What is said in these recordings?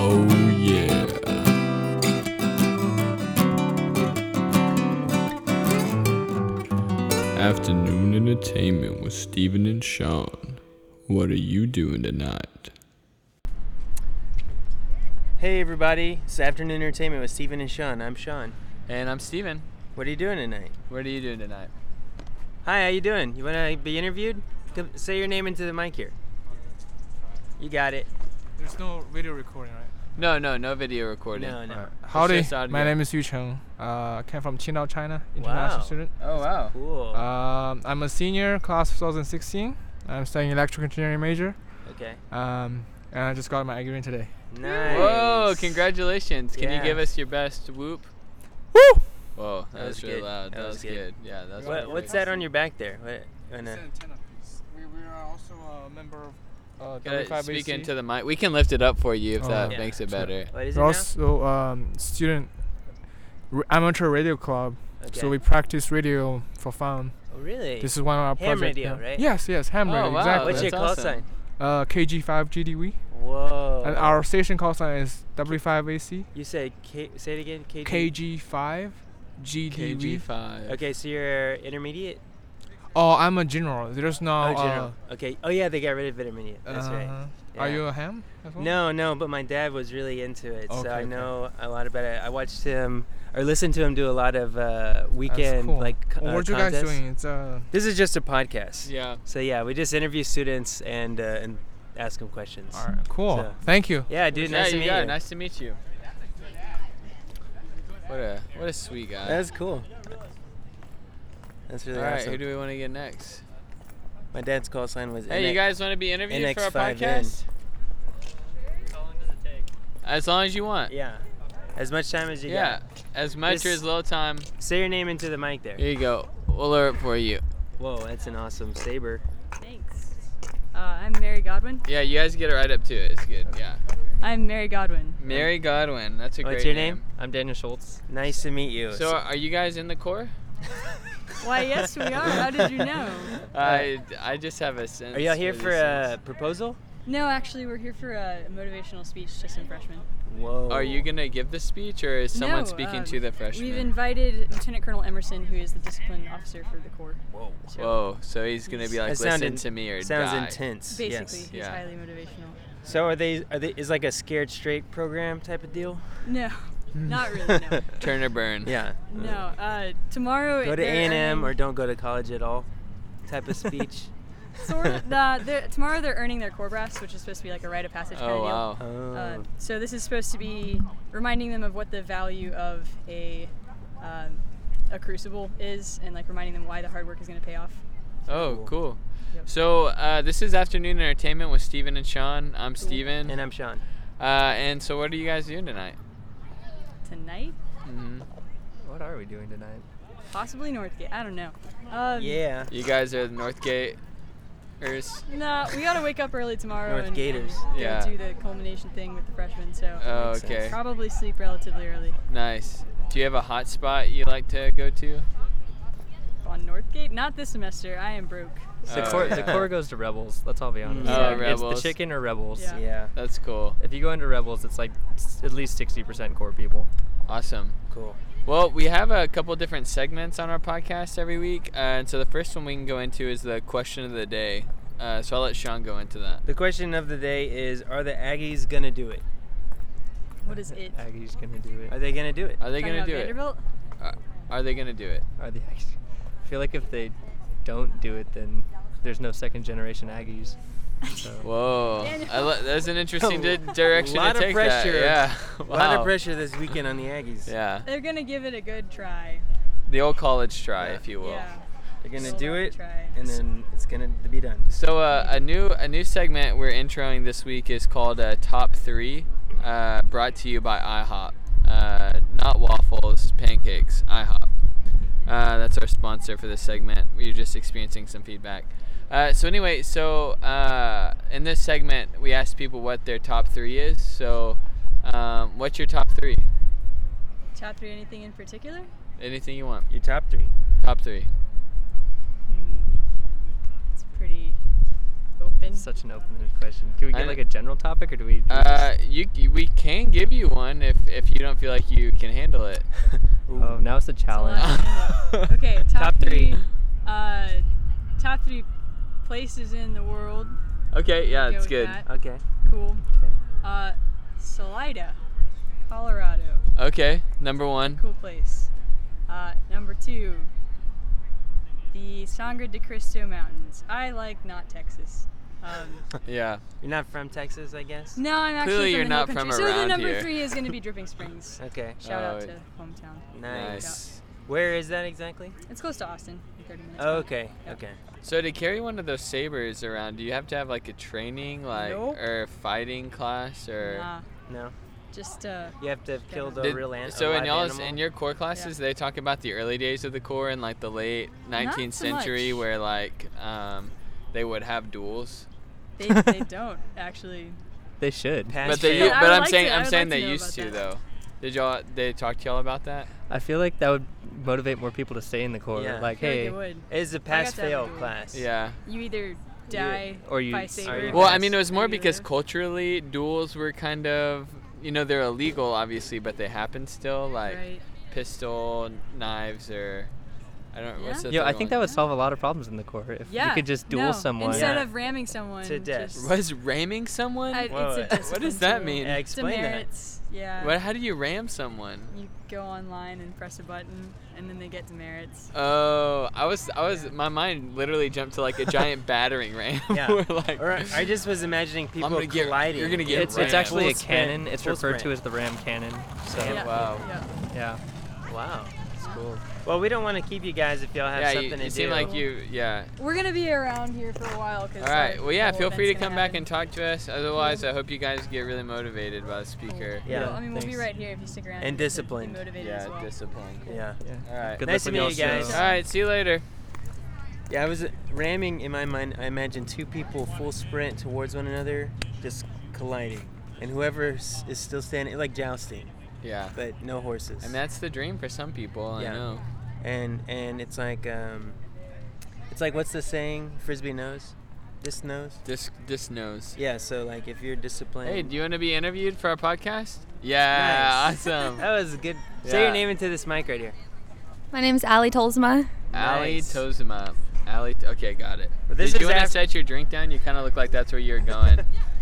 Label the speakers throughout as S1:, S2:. S1: Oh, Entertainment with Steven and Sean. What are you doing tonight?
S2: Hey everybody, it's Afternoon Entertainment with Steven and Sean. I'm Sean.
S3: And I'm Steven.
S2: What are you doing tonight?
S3: What are you doing tonight?
S2: Hi, how you doing? You wanna be interviewed? Come, say your name into the mic here. You got it.
S4: There's no video recording, right?
S3: No, no, no video recording.
S2: No, no.
S4: Howdy,
S3: just audio.
S4: my name is Yu Cheng. Uh, came from Qingdao, China, international
S2: Wow.
S4: student.
S3: Oh wow.
S2: Cool.
S4: Um, I'm a senior, class 2016. I'm studying electrical engineering major,
S2: okay.
S4: um, and I just got my agreement today.
S2: Nice.
S3: Whoa! Congratulations. Can
S2: Yeah.
S3: you give us your best whoop?
S4: Woo!
S3: Whoa, that,
S2: That
S3: was,
S2: was
S3: really
S2: good.
S3: loud.
S2: That
S3: That,
S2: was
S3: was,
S2: good.
S3: good. Yeah, that was.
S2: What,
S3: really
S2: what's
S3: good.
S2: that on your back there? What? and, uh,
S4: We, we are also a member of. Uh,
S3: Gotta speak into the mic. We can lift it up for you if
S4: Oh,
S3: that
S2: yeah.
S3: makes it
S4: Sure.
S3: better.
S2: what is it
S4: We're
S2: now?
S4: also um, student r- amateur radio club,
S2: Okay.
S4: so we practice radio for fun.
S2: oh, really?
S4: This is one of our
S2: Ham
S4: projects.
S2: radio, right?
S4: Yes, yes, ham
S3: Oh,
S4: radio.
S3: wow,
S4: Exactly.
S2: What's your
S3: That's
S2: call
S3: awesome.
S2: sign?
S4: uh, KG5GDW.
S2: Whoa.
S4: And our station call sign is W5AC.
S2: you said K. Say it again. KG?
S4: KG5GDV.
S3: KG5.
S2: Okay, so you're intermediate.
S4: Oh, I'm a general. There's no.
S2: oh, general. okay. Oh yeah, they got rid of intermediate.
S4: uh,
S2: That's right.
S4: uh, Are
S2: Yeah.
S4: you a ham? as well?
S2: No, no, but my dad was really into it,
S4: Okay,
S2: so I
S4: okay.
S2: know a lot about it. I watched him or listened to him do a lot of uh, weekend
S4: cool.
S2: like co-
S4: Well,
S2: uh,
S4: what you guys
S2: contests.
S4: doing? It's uh,
S2: This is just a podcast.
S3: Yeah.
S2: So yeah, we just interview students and uh, and ask them questions.
S4: all right, cool.
S2: So-
S4: Thank you.
S2: Yeah, dude,
S3: yeah,
S2: nice to
S3: you
S2: meet
S3: got
S2: you.
S3: it. Nice to meet you. What a what a sweet guy.
S2: That's cool. That's really
S3: All right,
S2: awesome.
S3: who do we want to get next?
S2: my dad's call sign was.
S3: Hey, you
S2: NX.
S3: guys want to be interviewed for our
S2: NX5N.
S3: podcast? As long as you want.
S2: Yeah. As much time as you
S3: Yeah, as much or
S2: This-
S3: as little time.
S2: got. Say your name into the mic there.
S3: Here you go. We'll lure it for you.
S2: Whoa, that's an awesome saber.
S5: Thanks. Uh, I'm Mary Godwin.
S3: Yeah, you guys get it right up to it. It's good. Yeah.
S5: I'm Mary Godwin.
S3: Mary Godwin. That's a great
S2: What's your name?
S6: I'm Daniel Schultz.
S2: Nice to meet you.
S3: So, are you guys in the core?
S5: Why, yes, we are. How did you know?
S3: I I just have a sense.
S2: Uh, Are y'all here
S3: these
S2: for
S3: things.
S2: a proposal?
S5: No, actually, we're here for a motivational speech to some freshmen.
S2: Whoa.
S3: Are you gonna give the speech, or is someone
S5: No,
S3: speaking
S5: um,
S3: to the freshmen?
S5: We've invited Lieutenant Colonel Emerson, who is the discipline officer for the Corps.
S2: Whoa.
S5: So
S3: Whoa! So he's gonna be like,
S2: That
S3: listen
S2: sound in-
S3: to me or
S2: Sounds
S3: die.
S2: intense.
S5: Basically,
S2: Yes.
S5: he's
S3: Yeah.
S5: highly motivational.
S2: So are they? Are they? Is like a scared straight program type of deal?
S5: No, not really, no.
S3: Turn or burn.
S2: Yeah.
S5: No, uh, tomorrow.
S2: Go to A
S5: they're
S2: and M or
S5: earning-
S2: don't go to college at all, type of speech.
S5: Sort of, uh, they're- tomorrow they're earning their Corps brass, which is supposed to be like a rite of passage kind
S3: Oh
S5: of deal.
S3: wow.
S2: Oh.
S5: Uh, so this is supposed to be reminding them of what the value of a um, a crucible is, and like reminding them why the hard work is going to pay off.
S3: Oh cool.
S5: Yep.
S3: So uh, this is afternoon entertainment with Steven and Sean. I'm Steven.
S2: and I'm Sean.
S3: uh, and so what are you guys doing tonight?
S5: Tonight,
S3: hmm
S6: What are we doing tonight?
S5: possibly Northgate. I don't know. Um,
S2: Yeah.
S3: You guys are the Northgateers.
S5: No, we got to wake up early tomorrow
S2: North
S5: and,
S2: Gators.
S5: and go
S3: Yeah.
S5: do the culmination thing with the freshmen. So
S3: Oh,
S2: Makes
S3: okay.
S5: probably sleep relatively early
S3: Nice. Do you have a hot spot you like to go to?
S5: on Northgate. Not this semester. I am broke.
S6: The,
S3: Oh,
S6: core,
S3: yeah.
S6: the core goes to Rebels. Let's all be
S7: Mm.
S6: honest.
S2: Oh,
S3: Rebels.
S6: It's the chicken or Rebels.
S5: Yeah.
S2: Yeah.
S3: That's cool.
S6: If you go into Rebels, it's like s- at least 60% core people.
S3: Awesome.
S2: Cool.
S3: Well, we have a couple different segments on our podcast every week. Uh, and so the first one we can go into is the question of the day. Uh, so I'll let Sean go into that.
S2: The question of the day is: Are the Aggies gonna do it?
S5: What is it?
S6: Aggie's gonna do it.
S2: Are they gonna do it?
S3: Are they going
S5: Talking
S3: to
S5: about
S3: do it?
S5: Vanderbilt?
S3: Are, are they going to do it?
S6: Are the Aggies? I feel like if they don't do it, then there's no second generation Aggies. So
S3: Whoa.
S5: Daniel.
S3: I lo- that's an interesting di- direction
S2: Lot
S3: to
S2: of
S3: take that.
S2: pressure.
S3: Yeah.
S2: A lot
S3: Wow.
S2: of pressure this weekend on the Aggies.
S3: Yeah.
S5: They're gonna give it a good try.
S3: The old college try,
S2: Yeah.
S3: if you will.
S5: Yeah.
S2: They're gonna
S5: We'll
S2: do
S5: have to
S2: it,
S5: try.
S2: and then it's gonna be done.
S3: So uh, a new a new segment we're introing this week is called uh, Top Three, uh, brought to you by IHOP. Uh, not waffles, pancakes, IHOP. Uh, that's our sponsor for this segment. We are just experiencing some feedback. Uh, so anyway, so uh, in this segment we asked people what their top three is. So um, what's your top three?
S5: Top three, anything in particular?
S3: Anything you want.
S2: Your top three.
S3: Top three.
S5: It's pretty open.
S6: such an open-ended question. Can we
S3: I-
S6: get like a general topic, or do we? do we
S3: Uh, you we can give you one if, if you don't feel like you can handle it.
S6: just, oh, now it's a
S5: It's a
S6: challenge.
S5: lot. okay, top,
S2: Top three.
S5: three. Uh, top
S7: three places in the world.
S3: Okay, yeah,
S7: Go
S3: it's
S7: with
S3: good.
S7: that.
S2: Okay.
S7: Cool.
S6: Okay.
S7: Uh, Salida, Colorado.
S3: Okay, number one.
S7: Cool place. Uh, number two, the Sangre de Cristo Mountains. I like not Texas. Um,
S3: Yeah.
S2: You're not from Texas, I guess.
S7: no, I'm actually
S3: Clearly
S7: from
S3: you're
S7: the hill
S3: not from
S7: country. so
S3: around
S7: the number
S3: here.
S7: three is going to be Dripping Springs.
S2: Okay.
S7: Shout out
S3: Oh,
S7: to hometown.
S2: Nice.
S3: Nice.
S2: Where is that exactly?
S7: It's close to Austin. in 30 minutes.
S2: Oh, okay. Okay.
S3: So to carry one of those sabers around, do you have to have like a training, like
S7: Nope.
S3: or fighting class, or?
S7: Nah,
S2: No.
S7: just uh,
S2: You have to have killed a
S3: Did-
S2: real an- a
S3: so in
S2: live
S3: y'all's
S2: animal?
S3: in your core classes, they talk about the early days of the core in like the late 19th
S7: so
S3: century,
S7: much.
S3: where like um, they would have duels.
S7: they, they don't actually.
S6: They should.
S2: Pass
S3: but
S2: fail.
S3: they,
S7: true.
S3: u-
S7: Yeah, I
S3: but
S7: would
S3: I'm
S7: like
S3: saying
S7: to- I
S3: I'm
S7: would
S3: saying
S7: like to
S3: they
S7: know
S3: used
S7: about
S3: to
S7: that.
S3: though. Did y'all they talk to y'all about that?
S6: I feel like that would motivate more people to stay in the core.
S2: Yeah.
S7: I feel like
S6: Like, hey,
S7: they would.
S2: It's a
S7: have
S2: pass
S7: to have a
S2: fail
S7: duel.
S2: class.
S3: Yeah.
S7: You either die
S6: or you
S7: by
S6: s-
S7: saber.
S2: or you
S7: or
S3: Well, I
S7: you
S3: mean, it was more
S7: live.
S3: because culturally duels were kind of, you know, they're illegal obviously, but they happen still, like
S7: Right.
S3: pistol, knives, or I don't. know What's
S7: Yeah.
S3: the
S6: yo,
S3: third
S6: I think that
S3: one?
S6: would solve a lot of problems in the core if
S7: Yeah.
S6: you could just duel
S7: no,
S6: someone.
S7: instead
S2: Yeah.
S7: of ramming someone
S2: To death.
S7: just-
S3: was ramming someone.
S7: I-
S2: Whoa.
S7: it's a
S2: What
S7: discipline
S3: does that
S7: tool.
S3: mean?
S2: Yeah, explain that.
S7: Demerits, Yeah.
S3: what? How do you ram someone?
S7: You go online and press a button, and then they get demerits.
S3: Oh, I was, I was, my mind literally jumped to like a giant battering ram.
S2: Yeah.
S3: We're like,
S2: Or I just was imagining people
S3: gonna get-
S2: colliding.
S3: you're gonna get
S6: It's, it's
S3: rammed.
S6: actually
S2: Full
S6: a
S2: sprint,
S6: cannon. It's
S2: full
S6: referred to
S2: sprint.
S6: as the ram cannon. So
S7: yeah.
S3: wow.
S7: Yeah.
S6: yeah.
S2: Wow. It's
S7: cool.
S2: Well, we don't want to keep you guys if y'all have
S3: yeah, you,
S2: something
S3: you
S2: to
S3: seem
S2: do.
S3: like you, yeah.
S7: We're gonna be around here for a while. Cause uh,
S3: All right. Well, yeah. Feel free to come back and talk to us. Otherwise, I hope you guys get really motivated by the speaker.
S2: Yeah,
S7: I mean, we'll be
S6: thanks.
S7: right here if you stick around. you'll
S2: And
S7: be
S2: disciplined.
S7: motivated
S3: Yeah.
S7: as well.
S3: Discipline.
S2: Yeah.
S3: All right.
S6: Good
S2: Nice
S6: luck
S2: to
S6: with
S2: meet
S6: y'all's
S2: you guys.
S6: show.
S3: All right. See you later.
S2: Yeah, I was ramming in my mind. I imagine two people full sprint towards one another, just colliding, and whoever s- is still standing, like jousting,
S3: Yeah.
S2: but no horses.
S3: And that's the dream for some people.
S2: Yeah.
S3: I know.
S2: and and it's like um, it's like what's the saying? Frisbee knows, this knows.
S3: This this knows.
S2: Yeah. So like if you're disciplined.
S3: Hey, do you want to be interviewed for our podcast? Yeah.
S2: Nice.
S3: Awesome.
S2: that was good. Say your
S3: Yeah.
S2: name into this mic right here.
S5: My name's Ali Tolzma.
S3: Ali
S2: Nice.
S3: toes him up. Ali, okay, got it.
S2: But this
S3: Did you
S2: is
S3: want to
S2: af-
S3: set your drink down? You kind of look like that's where you're going.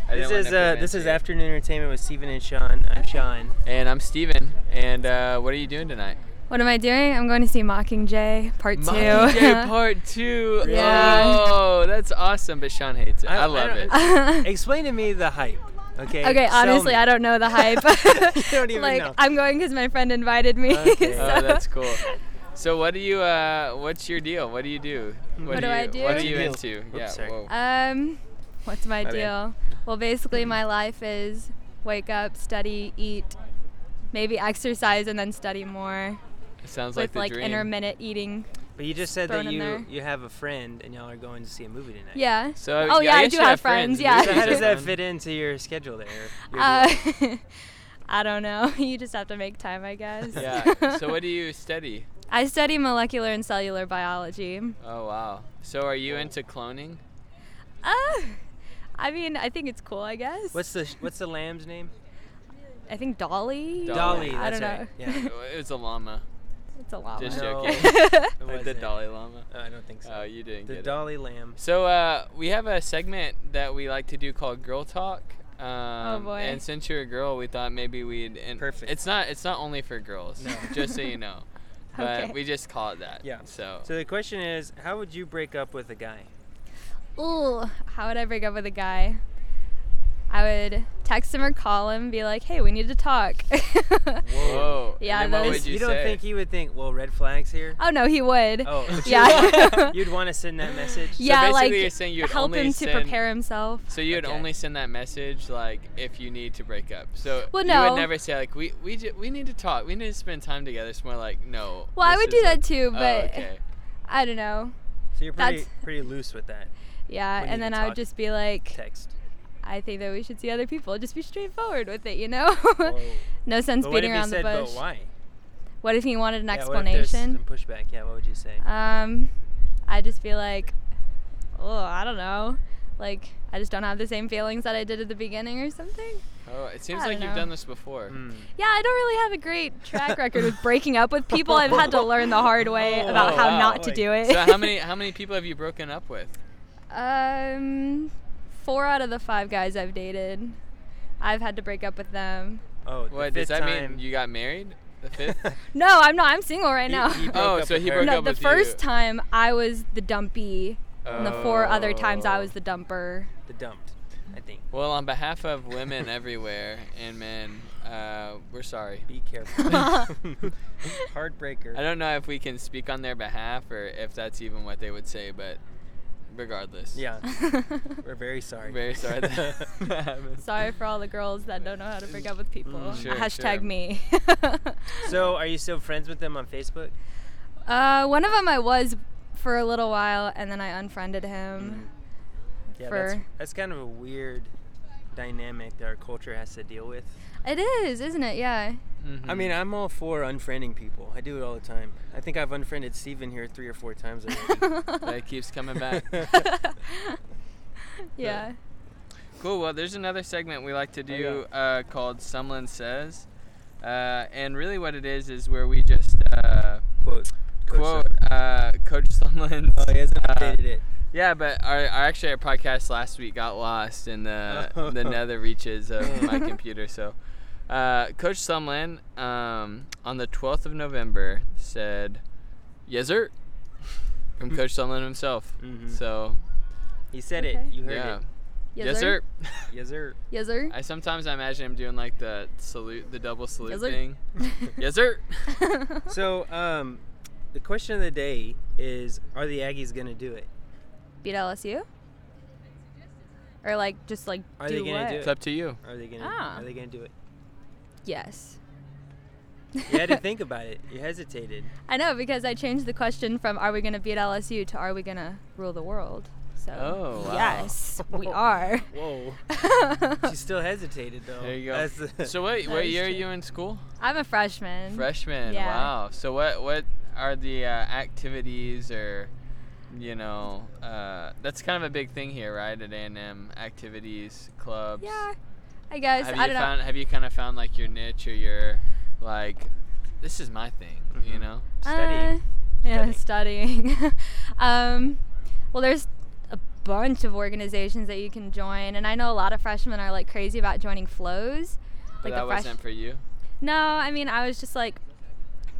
S3: I didn't
S2: This
S3: wanna
S2: is uh,
S3: prevent
S2: this is
S3: you.
S2: afternoon entertainment with Steven and Sean. I'm Sean.
S3: And I'm Steven. And uh, what are you doing tonight?
S5: What am I doing? I'm going to see Mockingjay Part 2.
S3: Mockingjay Part Two.
S5: Yeah.
S3: Oh, that's awesome. But Sean hates it.
S2: I-
S3: I,
S2: I
S3: love
S2: don't-
S3: it.
S2: Explain to me the hype. Okay.
S5: okay,
S2: Sell
S5: honestly,
S2: me.
S5: I don't know the hype.
S2: You don't even
S5: like,
S2: know.
S5: I'm going because my friend invited me.
S2: Okay.
S5: so-
S3: oh, that's cool. So what do you? Uh, what's your deal? What do you do?
S5: What do
S3: you,
S5: I do?
S3: What are
S5: What's
S3: you
S2: your deal?
S3: into?
S2: Oops,
S3: yeah.
S2: sorry.
S3: Whoa.
S5: Um, what's my,
S2: My bad.
S5: deal? Well, basically, my life is wake up, study, eat, maybe exercise, and then study more
S3: Sounds like
S5: with
S3: the
S5: like
S3: dream.
S5: intermittent eating.
S2: But you just said that
S5: thrown in
S2: you
S5: there.
S2: you have a friend and y'all are going to see a movie tonight.
S5: Yeah.
S3: So
S5: oh yeah, I
S3: guess
S5: do
S3: you
S5: have friends, yeah.
S2: So how does that
S3: Fun.
S2: fit into your schedule there? Your
S5: Uh,
S2: deal?
S5: I don't know. You just have to make time, I guess.
S3: Yeah. So what do you study?
S5: I study molecular and cellular biology.
S3: Oh wow. So are you into cloning?
S5: Uh, I mean, I think it's cool, I guess.
S2: what's the what's the lamb's name?
S5: I think Dolly.
S3: Dolly,
S2: Dolly.
S5: I
S2: that's
S5: don't know.
S2: right. Yeah.
S3: Oh, It was a llama.
S5: It's a llama.
S3: Just
S2: No,
S3: joking.
S2: it
S3: like the
S2: wasn't.
S3: Dalai Lama.
S2: Uh, I don't think so.
S3: Oh, you didn't
S2: the
S3: get it.
S2: Dolly Lamb.
S3: So uh, we have a segment that we like to do called Girl Talk. Um, oh
S5: boy.
S3: And since you're a girl, we thought maybe we'd. And
S2: Perfect.
S3: It's not. It's not only for girls.
S2: No.
S3: Just so you know. But
S5: Okay.
S3: we just call it that.
S2: Yeah.
S3: So.
S2: So the question is, how would you break up with a guy?
S5: Ooh, how would I break up with a guy? I would text him or call him, be like, "Hey, we need to talk."
S3: Whoa.
S5: Yeah,
S3: And then what
S5: those-
S3: would you,
S2: you don't
S3: say?
S2: think he would think, well, red flags here?
S5: oh no, he would.
S2: Oh, but you
S5: yeah.
S2: You'd want to send that message.
S5: yeah,
S3: basically
S5: like
S3: you're saying you'd
S5: help
S3: only
S5: him to
S3: send-
S5: prepare himself.
S3: So you would
S2: Okay.
S3: only send that message like if you need to break up. So
S5: Well,
S3: you
S5: no.
S3: would never say like we we ju- we need to talk. We need to spend time together. It's more like no.
S5: Well, I
S3: this
S5: would
S3: is
S5: do that
S3: a-
S5: too,
S3: oh,
S5: but
S3: okay.
S5: I don't know.
S2: So you're pretty
S5: That's-
S2: pretty loose with that
S5: Yeah,
S2: We need
S5: and then
S2: to
S5: I
S2: talk.
S5: would just be like,
S2: text.
S5: "I think that we should see other people. Just be straightforward with it, you know? no sense
S2: But what
S5: beating
S2: if he
S5: around
S2: said,
S5: the bush."
S2: but why?
S5: What if he wanted an
S2: Yeah, what if there's
S5: explanation?
S2: some pushback. Yeah, what would you say?
S5: Um, I just feel like, oh, I don't know. Like, I just don't have the same feelings that I did at the beginning or something.
S3: Oh, it seems
S5: I
S3: like
S5: don't
S3: you've
S5: know.
S3: done this before.
S2: Mm. Hmm.
S5: Yeah, I don't really have a great track record with breaking up with people. I've had to learn the hard way about how
S3: Oh, wow.
S5: not to do it.
S3: So how many how many people have you broken up with?
S5: Um, four out of the five guys I've dated, I've had to break up with them.
S2: Oh, the
S3: What
S2: fifth
S3: does that
S2: time,
S3: mean? You got married? The fifth?
S5: No, I'm not. I'm single right now.
S2: He, he broke
S3: Oh,
S2: up
S3: so
S2: with
S3: he
S2: her.
S3: broke
S5: no,
S3: up
S5: the
S3: with
S5: first
S3: you.
S5: time I was the dumpy, and the four other times I
S3: Oh.
S5: was the dumper.
S2: the dumped, I think.
S3: Well, on behalf of women everywhere and men, uh, we're sorry.
S2: Be careful.
S3: I
S2: Heartbreaker.
S3: don't know if we can speak on their behalf or if that's even what they would say, but regardless.
S2: Yeah,
S3: Oh.
S2: we're very sorry.
S3: Very sorry that happened.
S5: Sorry for all the girls that don't know how to break up with people.
S3: Mm, sure,
S5: Hashtag
S3: sure.
S5: me.
S2: so, are you still friends with them on Facebook?
S5: uh, one of them I was for a little while, and then I unfriended him.
S2: Yeah, that's,
S5: For-
S2: that's kind of a weird dynamic that our culture has to deal with.
S5: It is, isn't it? Yeah.
S3: Mm-hmm.
S2: I mean, I'm all for unfriending people. I do it all the time. I think I've unfriended Steven here three or four times already.
S3: that keeps coming back.
S5: yeah.
S3: Cool. Well, there's another segment we like to
S2: Oh,
S3: do uh, called Someone Says. Uh, and really, what it is is where we just uh,
S2: Quote.
S3: quote uh, Coach Sumlin's.
S2: Oh, he hasn't
S3: uh,
S2: updated it.
S3: Yeah, but our, our actually our podcast last week got lost in the the nether reaches of my computer. So, uh, Coach Sumlin um, on the 12th of November said, "Yes, sir," from Coach Sumlin himself.
S2: Mhm.
S3: So,
S2: He said
S5: Okay.
S2: it. You heard
S3: yeah,
S2: it.
S3: yes, sir.
S2: Yes, sir.
S5: Yes, sir.
S3: I sometimes I imagine him doing like the salute, the double salute
S5: Yes, sir.
S3: thing. yes, sir.
S2: So, um, the question of the day is: Are the Aggies gonna do it?
S5: Beat LSU? Or like just like
S2: Are
S5: do
S2: they gonna
S5: what?
S2: do
S3: It's up to you.
S2: Are they gonna?
S5: Ah.
S2: Are they gonna do it?
S5: Yes.
S2: You had to think about it. You hesitated.
S5: I know because I changed the question from "Are we going to beat LSU?" to "Are we going to rule the world?" So
S3: Oh, wow.
S5: yes, we are.
S2: Whoa. she still hesitated though.
S3: There you go.
S2: That's the-
S3: So what
S5: That
S3: what
S5: is
S3: year are
S5: true.
S3: you in school?
S5: I'm a freshman.
S3: Freshman.
S5: Yeah.
S3: Wow. So what what are the uh, activities or you know uh, that's kind of a big thing here, right? At A and M, activities, clubs.
S5: Yeah, I guess.
S3: Have
S5: I
S3: you
S5: don't
S3: found
S5: know.
S3: Have you kind of found like your niche or your like this is my thing? You
S2: Mhm.
S3: know.
S2: studying.
S5: Uh, yeah, studying. um, well, there's a bunch of organizations that you can join, and I know a lot of freshmen are like crazy about joining flows.
S3: But Oh, that wasn't for you.
S5: No, I mean I was just like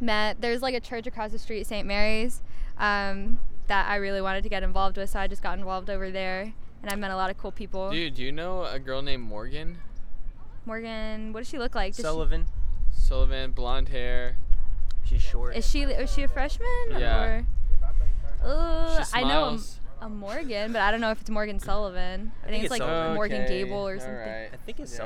S5: met. There's like a church across the street, St. Mary's, um, that I really wanted to get involved with, so I just got involved over there, and I met a lot of cool people.
S3: Dude, do you know a girl named Morgan
S5: Morgan, what does she look like? Does she-
S2: Sullivan.
S3: Sullivan? Blonde hair.
S2: She's short.
S5: is she is she a freshman?
S3: Yeah.
S5: Or, Ugh,
S3: She
S5: Uh, I know a,
S3: smiles.
S5: a Morgan, but I don't know if it's Morgan Sullivan. I, think,
S2: think
S5: it's like
S2: it's Sullivan.
S5: Morgan
S3: Okay,
S5: Gable or
S3: all
S5: something.
S3: right.
S2: I think it's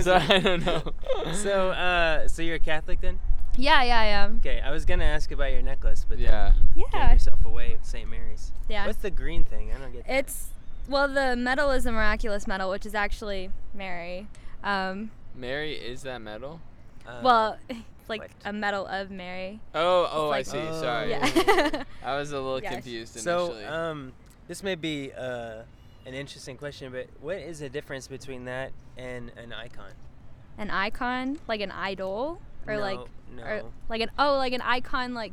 S3: Yeah.
S2: Sullivan.
S3: So I don't know.
S2: so, uh, so you're a Catholic then?
S5: yeah, yeah, I am.
S2: Okay, I was gonna ask about your necklace, but
S3: yeah.
S2: then you gave
S5: Yeah,
S2: yourself away with St. Mary's.
S5: yeah.
S2: What's the green thing? I don't get. that.
S5: It's well, the medal is a miraculous medal, which is actually Mary. Um,
S3: Mary is that metal?
S2: Uh,
S5: well, it's like
S2: what?
S5: a medal of Mary.
S3: Oh, oh, I
S5: like-
S3: see. Sorry.
S5: Yeah.
S3: I was a little
S5: Yes.
S3: confused initially.
S2: So, um, this may be uh, an interesting question, but what is the difference between that and an icon?
S5: an icon, like an idol, or
S2: No,
S5: like,
S2: no.
S5: or like an oh, like an icon, like.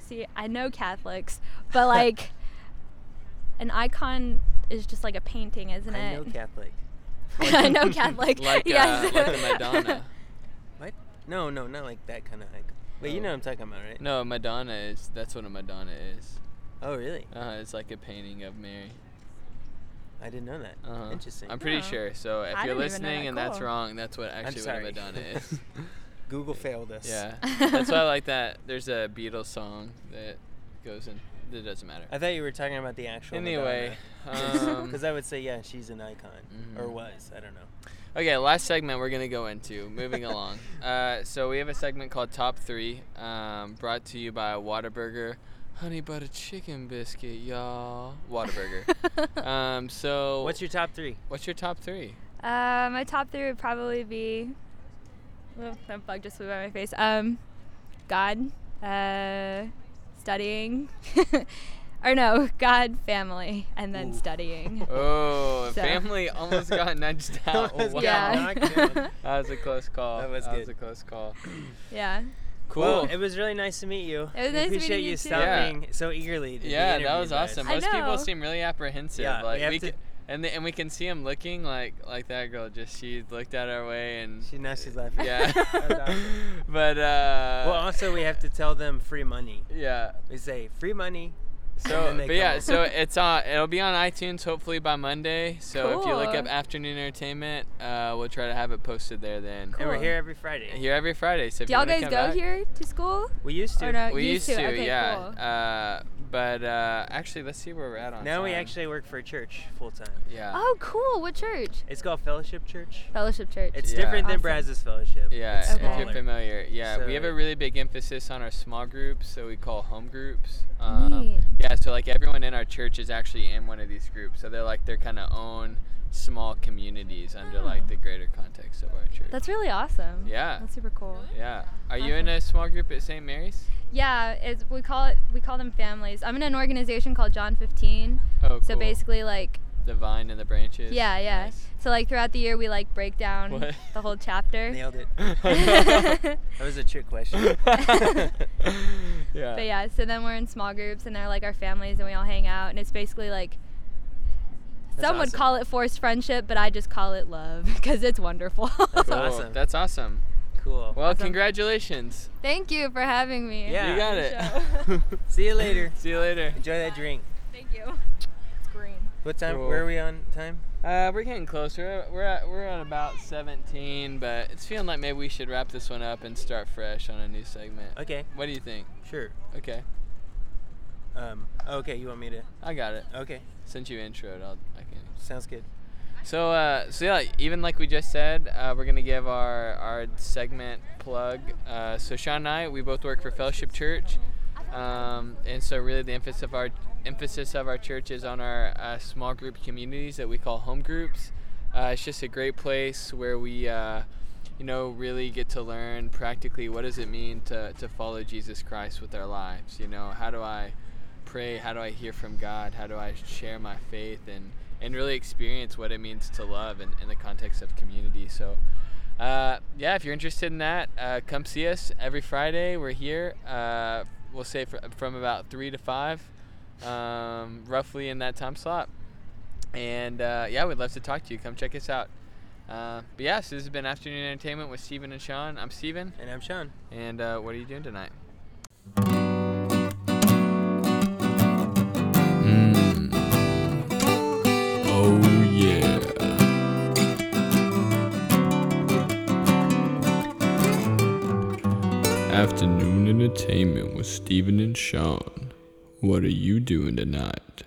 S5: See, I know Catholics, but like, an icon is just like a painting, isn't
S2: I know
S5: it?
S2: Catholic.
S5: I know Catholic.
S3: like,
S5: yes.
S3: uh, like a Madonna.
S2: What? No, no, not like that kind of icon. Wait, you
S3: Oh.
S2: know what I'm talking about, right?
S3: No, Madonna is. That's what a Madonna is.
S2: Oh, really?
S3: Uh, it's like a painting of Mary.
S2: I didn't know that.
S3: Uh-huh.
S2: Interesting.
S3: I'm pretty
S5: Oh.
S3: sure. So if
S5: I
S3: you're
S5: didn't even know
S3: listening
S5: that.
S3: and that's
S5: Cool.
S3: wrong, that's what actually what a
S2: sorry.
S3: Madonna is.
S2: Google failed us.
S3: yeah. That's why I like that. There's a Beatles song that goes in. That doesn't matter.
S2: I thought you were talking about the actual.
S3: Anyway, um, Mm-hmm.
S2: because I would say yeah, she's an icon or was. I don't know.
S3: Okay, last segment we're gonna go into. Moving along. Uh, so we have a segment called Top Three, um, brought to you by Whataburger, Honey Butter Chicken Biscuit, y'all. Whataburger. um, so
S2: What's your top three?
S3: what's your top three?
S5: Uh, my top three would probably be. Oh, that bug just flew by my face. Um, God, uh, studying, or no, God, family, and then studying.
S3: Oh,
S5: So-
S3: family almost got nudged out.
S2: Almost
S3: Wow.
S2: got
S5: Yeah.
S2: knocked down.
S3: That was a close call.
S2: That was
S3: a
S2: good.
S3: close call.
S5: yeah.
S3: Cool.
S2: Well, it was really nice to meet you.
S5: It was
S2: We
S5: nice meeting
S2: appreciate
S5: you
S2: you
S5: too.
S3: Yeah.
S2: stopping so eagerly. to be
S3: yeah, that
S2: interviewed
S3: was
S2: by us.
S3: awesome.
S5: I
S3: Most people
S5: know.
S3: seem really apprehensive.
S2: Yeah, we
S3: like
S2: have
S3: we,
S2: to-
S3: c- and the, and we can see them looking like like that girl. Just she looked at our way and
S2: She now she's laughing.
S3: yeah.
S2: That was awesome.
S3: but uh,
S2: Well, also we have to tell them free money.
S3: yeah.
S2: We say free money.
S3: So,
S2: then they
S3: but yeah,
S2: come.
S3: so it's on. It'll be on iTunes hopefully by Monday. So if you look
S5: Cool.
S3: up Afternoon Entertainment, uh, we'll try to have it posted there then.
S2: And we're
S5: Cool.
S2: here every Friday.
S3: Here every Friday. So if
S5: Do
S3: you
S5: y'all
S3: wanna
S5: guys
S3: come
S5: go
S3: back-
S5: here to school?
S2: We used to.
S5: Or no,
S3: We
S5: you
S3: used to,
S5: Okay,
S3: yeah.
S5: cool.
S3: Uh, but uh, actually, let's see where we're at on.
S2: now we
S3: time.
S2: actually work for a church full time.
S3: Yeah.
S5: oh, cool. What church?
S2: It's called Fellowship Church.
S5: Fellowship Church.
S2: It's
S3: Yeah.
S2: different than
S5: Awesome.
S2: Brazos Fellowship.
S3: Yeah,
S2: It's
S3: if
S5: Okay.
S3: you're
S2: smaller.
S3: familiar. Yeah, we
S2: So-
S3: have a really big emphasis on our small groups, so we call home groups. Um,
S5: Neat.
S3: yeah, so like everyone in our church is actually in one of these groups, so they're like their kind of own small communities under like
S5: Oh.
S3: the greater context of our church.
S5: That's really awesome.
S3: Yeah.
S5: That's super cool.
S3: yeah. Are you in a small group at St. Mary's?
S5: Yeah, it's, we call it we call them families. I'm in an organization called John 15.
S3: Oh, cool.
S5: So basically, like
S3: the vine and the branches.
S5: yeah, yeah.
S3: Nice.
S5: So like throughout the year, we like break down
S3: What?
S5: the whole chapter.
S2: Nailed it.
S5: but
S2: That was a trick question.
S3: yeah.
S5: yeah, so then we're in small groups, and they're like our families, and we all hang out, and it's basically like.
S2: That's
S5: Some would
S2: awesome.
S5: call it forced friendship, but I just call it love because it's wonderful.
S3: Cool.
S2: awesome.
S3: That's awesome.
S2: cool.
S3: Well,
S5: Awesome.
S3: congratulations.
S5: Thank you for having me.
S2: Yeah.
S3: You got
S5: Show.
S3: it.
S2: See you later.
S3: See you later.
S2: Enjoy that drink.
S5: Thank you. It's green.
S2: What time?
S3: Cool.
S2: Where are we on time?
S3: Uh, we're getting closer. We're at, we're at about 17, but it's feeling like maybe we should wrap this one up and start fresh on a new segment.
S2: Okay.
S3: What do you think?
S2: Sure.
S3: Okay,
S2: Um. Okay. You want me to?
S3: I got it.
S2: Okay.
S3: Since you introed, I'll, I can.
S2: Sounds good.
S3: So, uh, so yeah, even like we just said, uh, we're gonna give our our segment plug. Uh, so Sean and I, we both work for Fellowship Church, um, and so really the emphasis of our emphasis of our church is on our uh, small group communities that we call home groups. Uh, it's just a great place where we. Uh, you know, really get to learn practically what does it mean to, to follow Jesus Christ with our lives. You know, how do I pray? How do I hear from God? How do I share my faith and, and really experience what it means to love in, in the context of community? So, uh, yeah, if you're interested in that, uh, come see us every Friday. We're here. Uh, we'll say fr- from about 3 to 5, um, roughly in that time slot. And uh, yeah, we'd love to talk to you. Come check us out. Uh, but yeah, so this has been Afternoon Entertainment with Steven and Sean. I'm Steven,
S2: And I'm Sean.
S3: and uh, what are you doing tonight?
S1: Mm. Oh yeah. Afternoon entertainment with Steven and Sean. What are you doing tonight?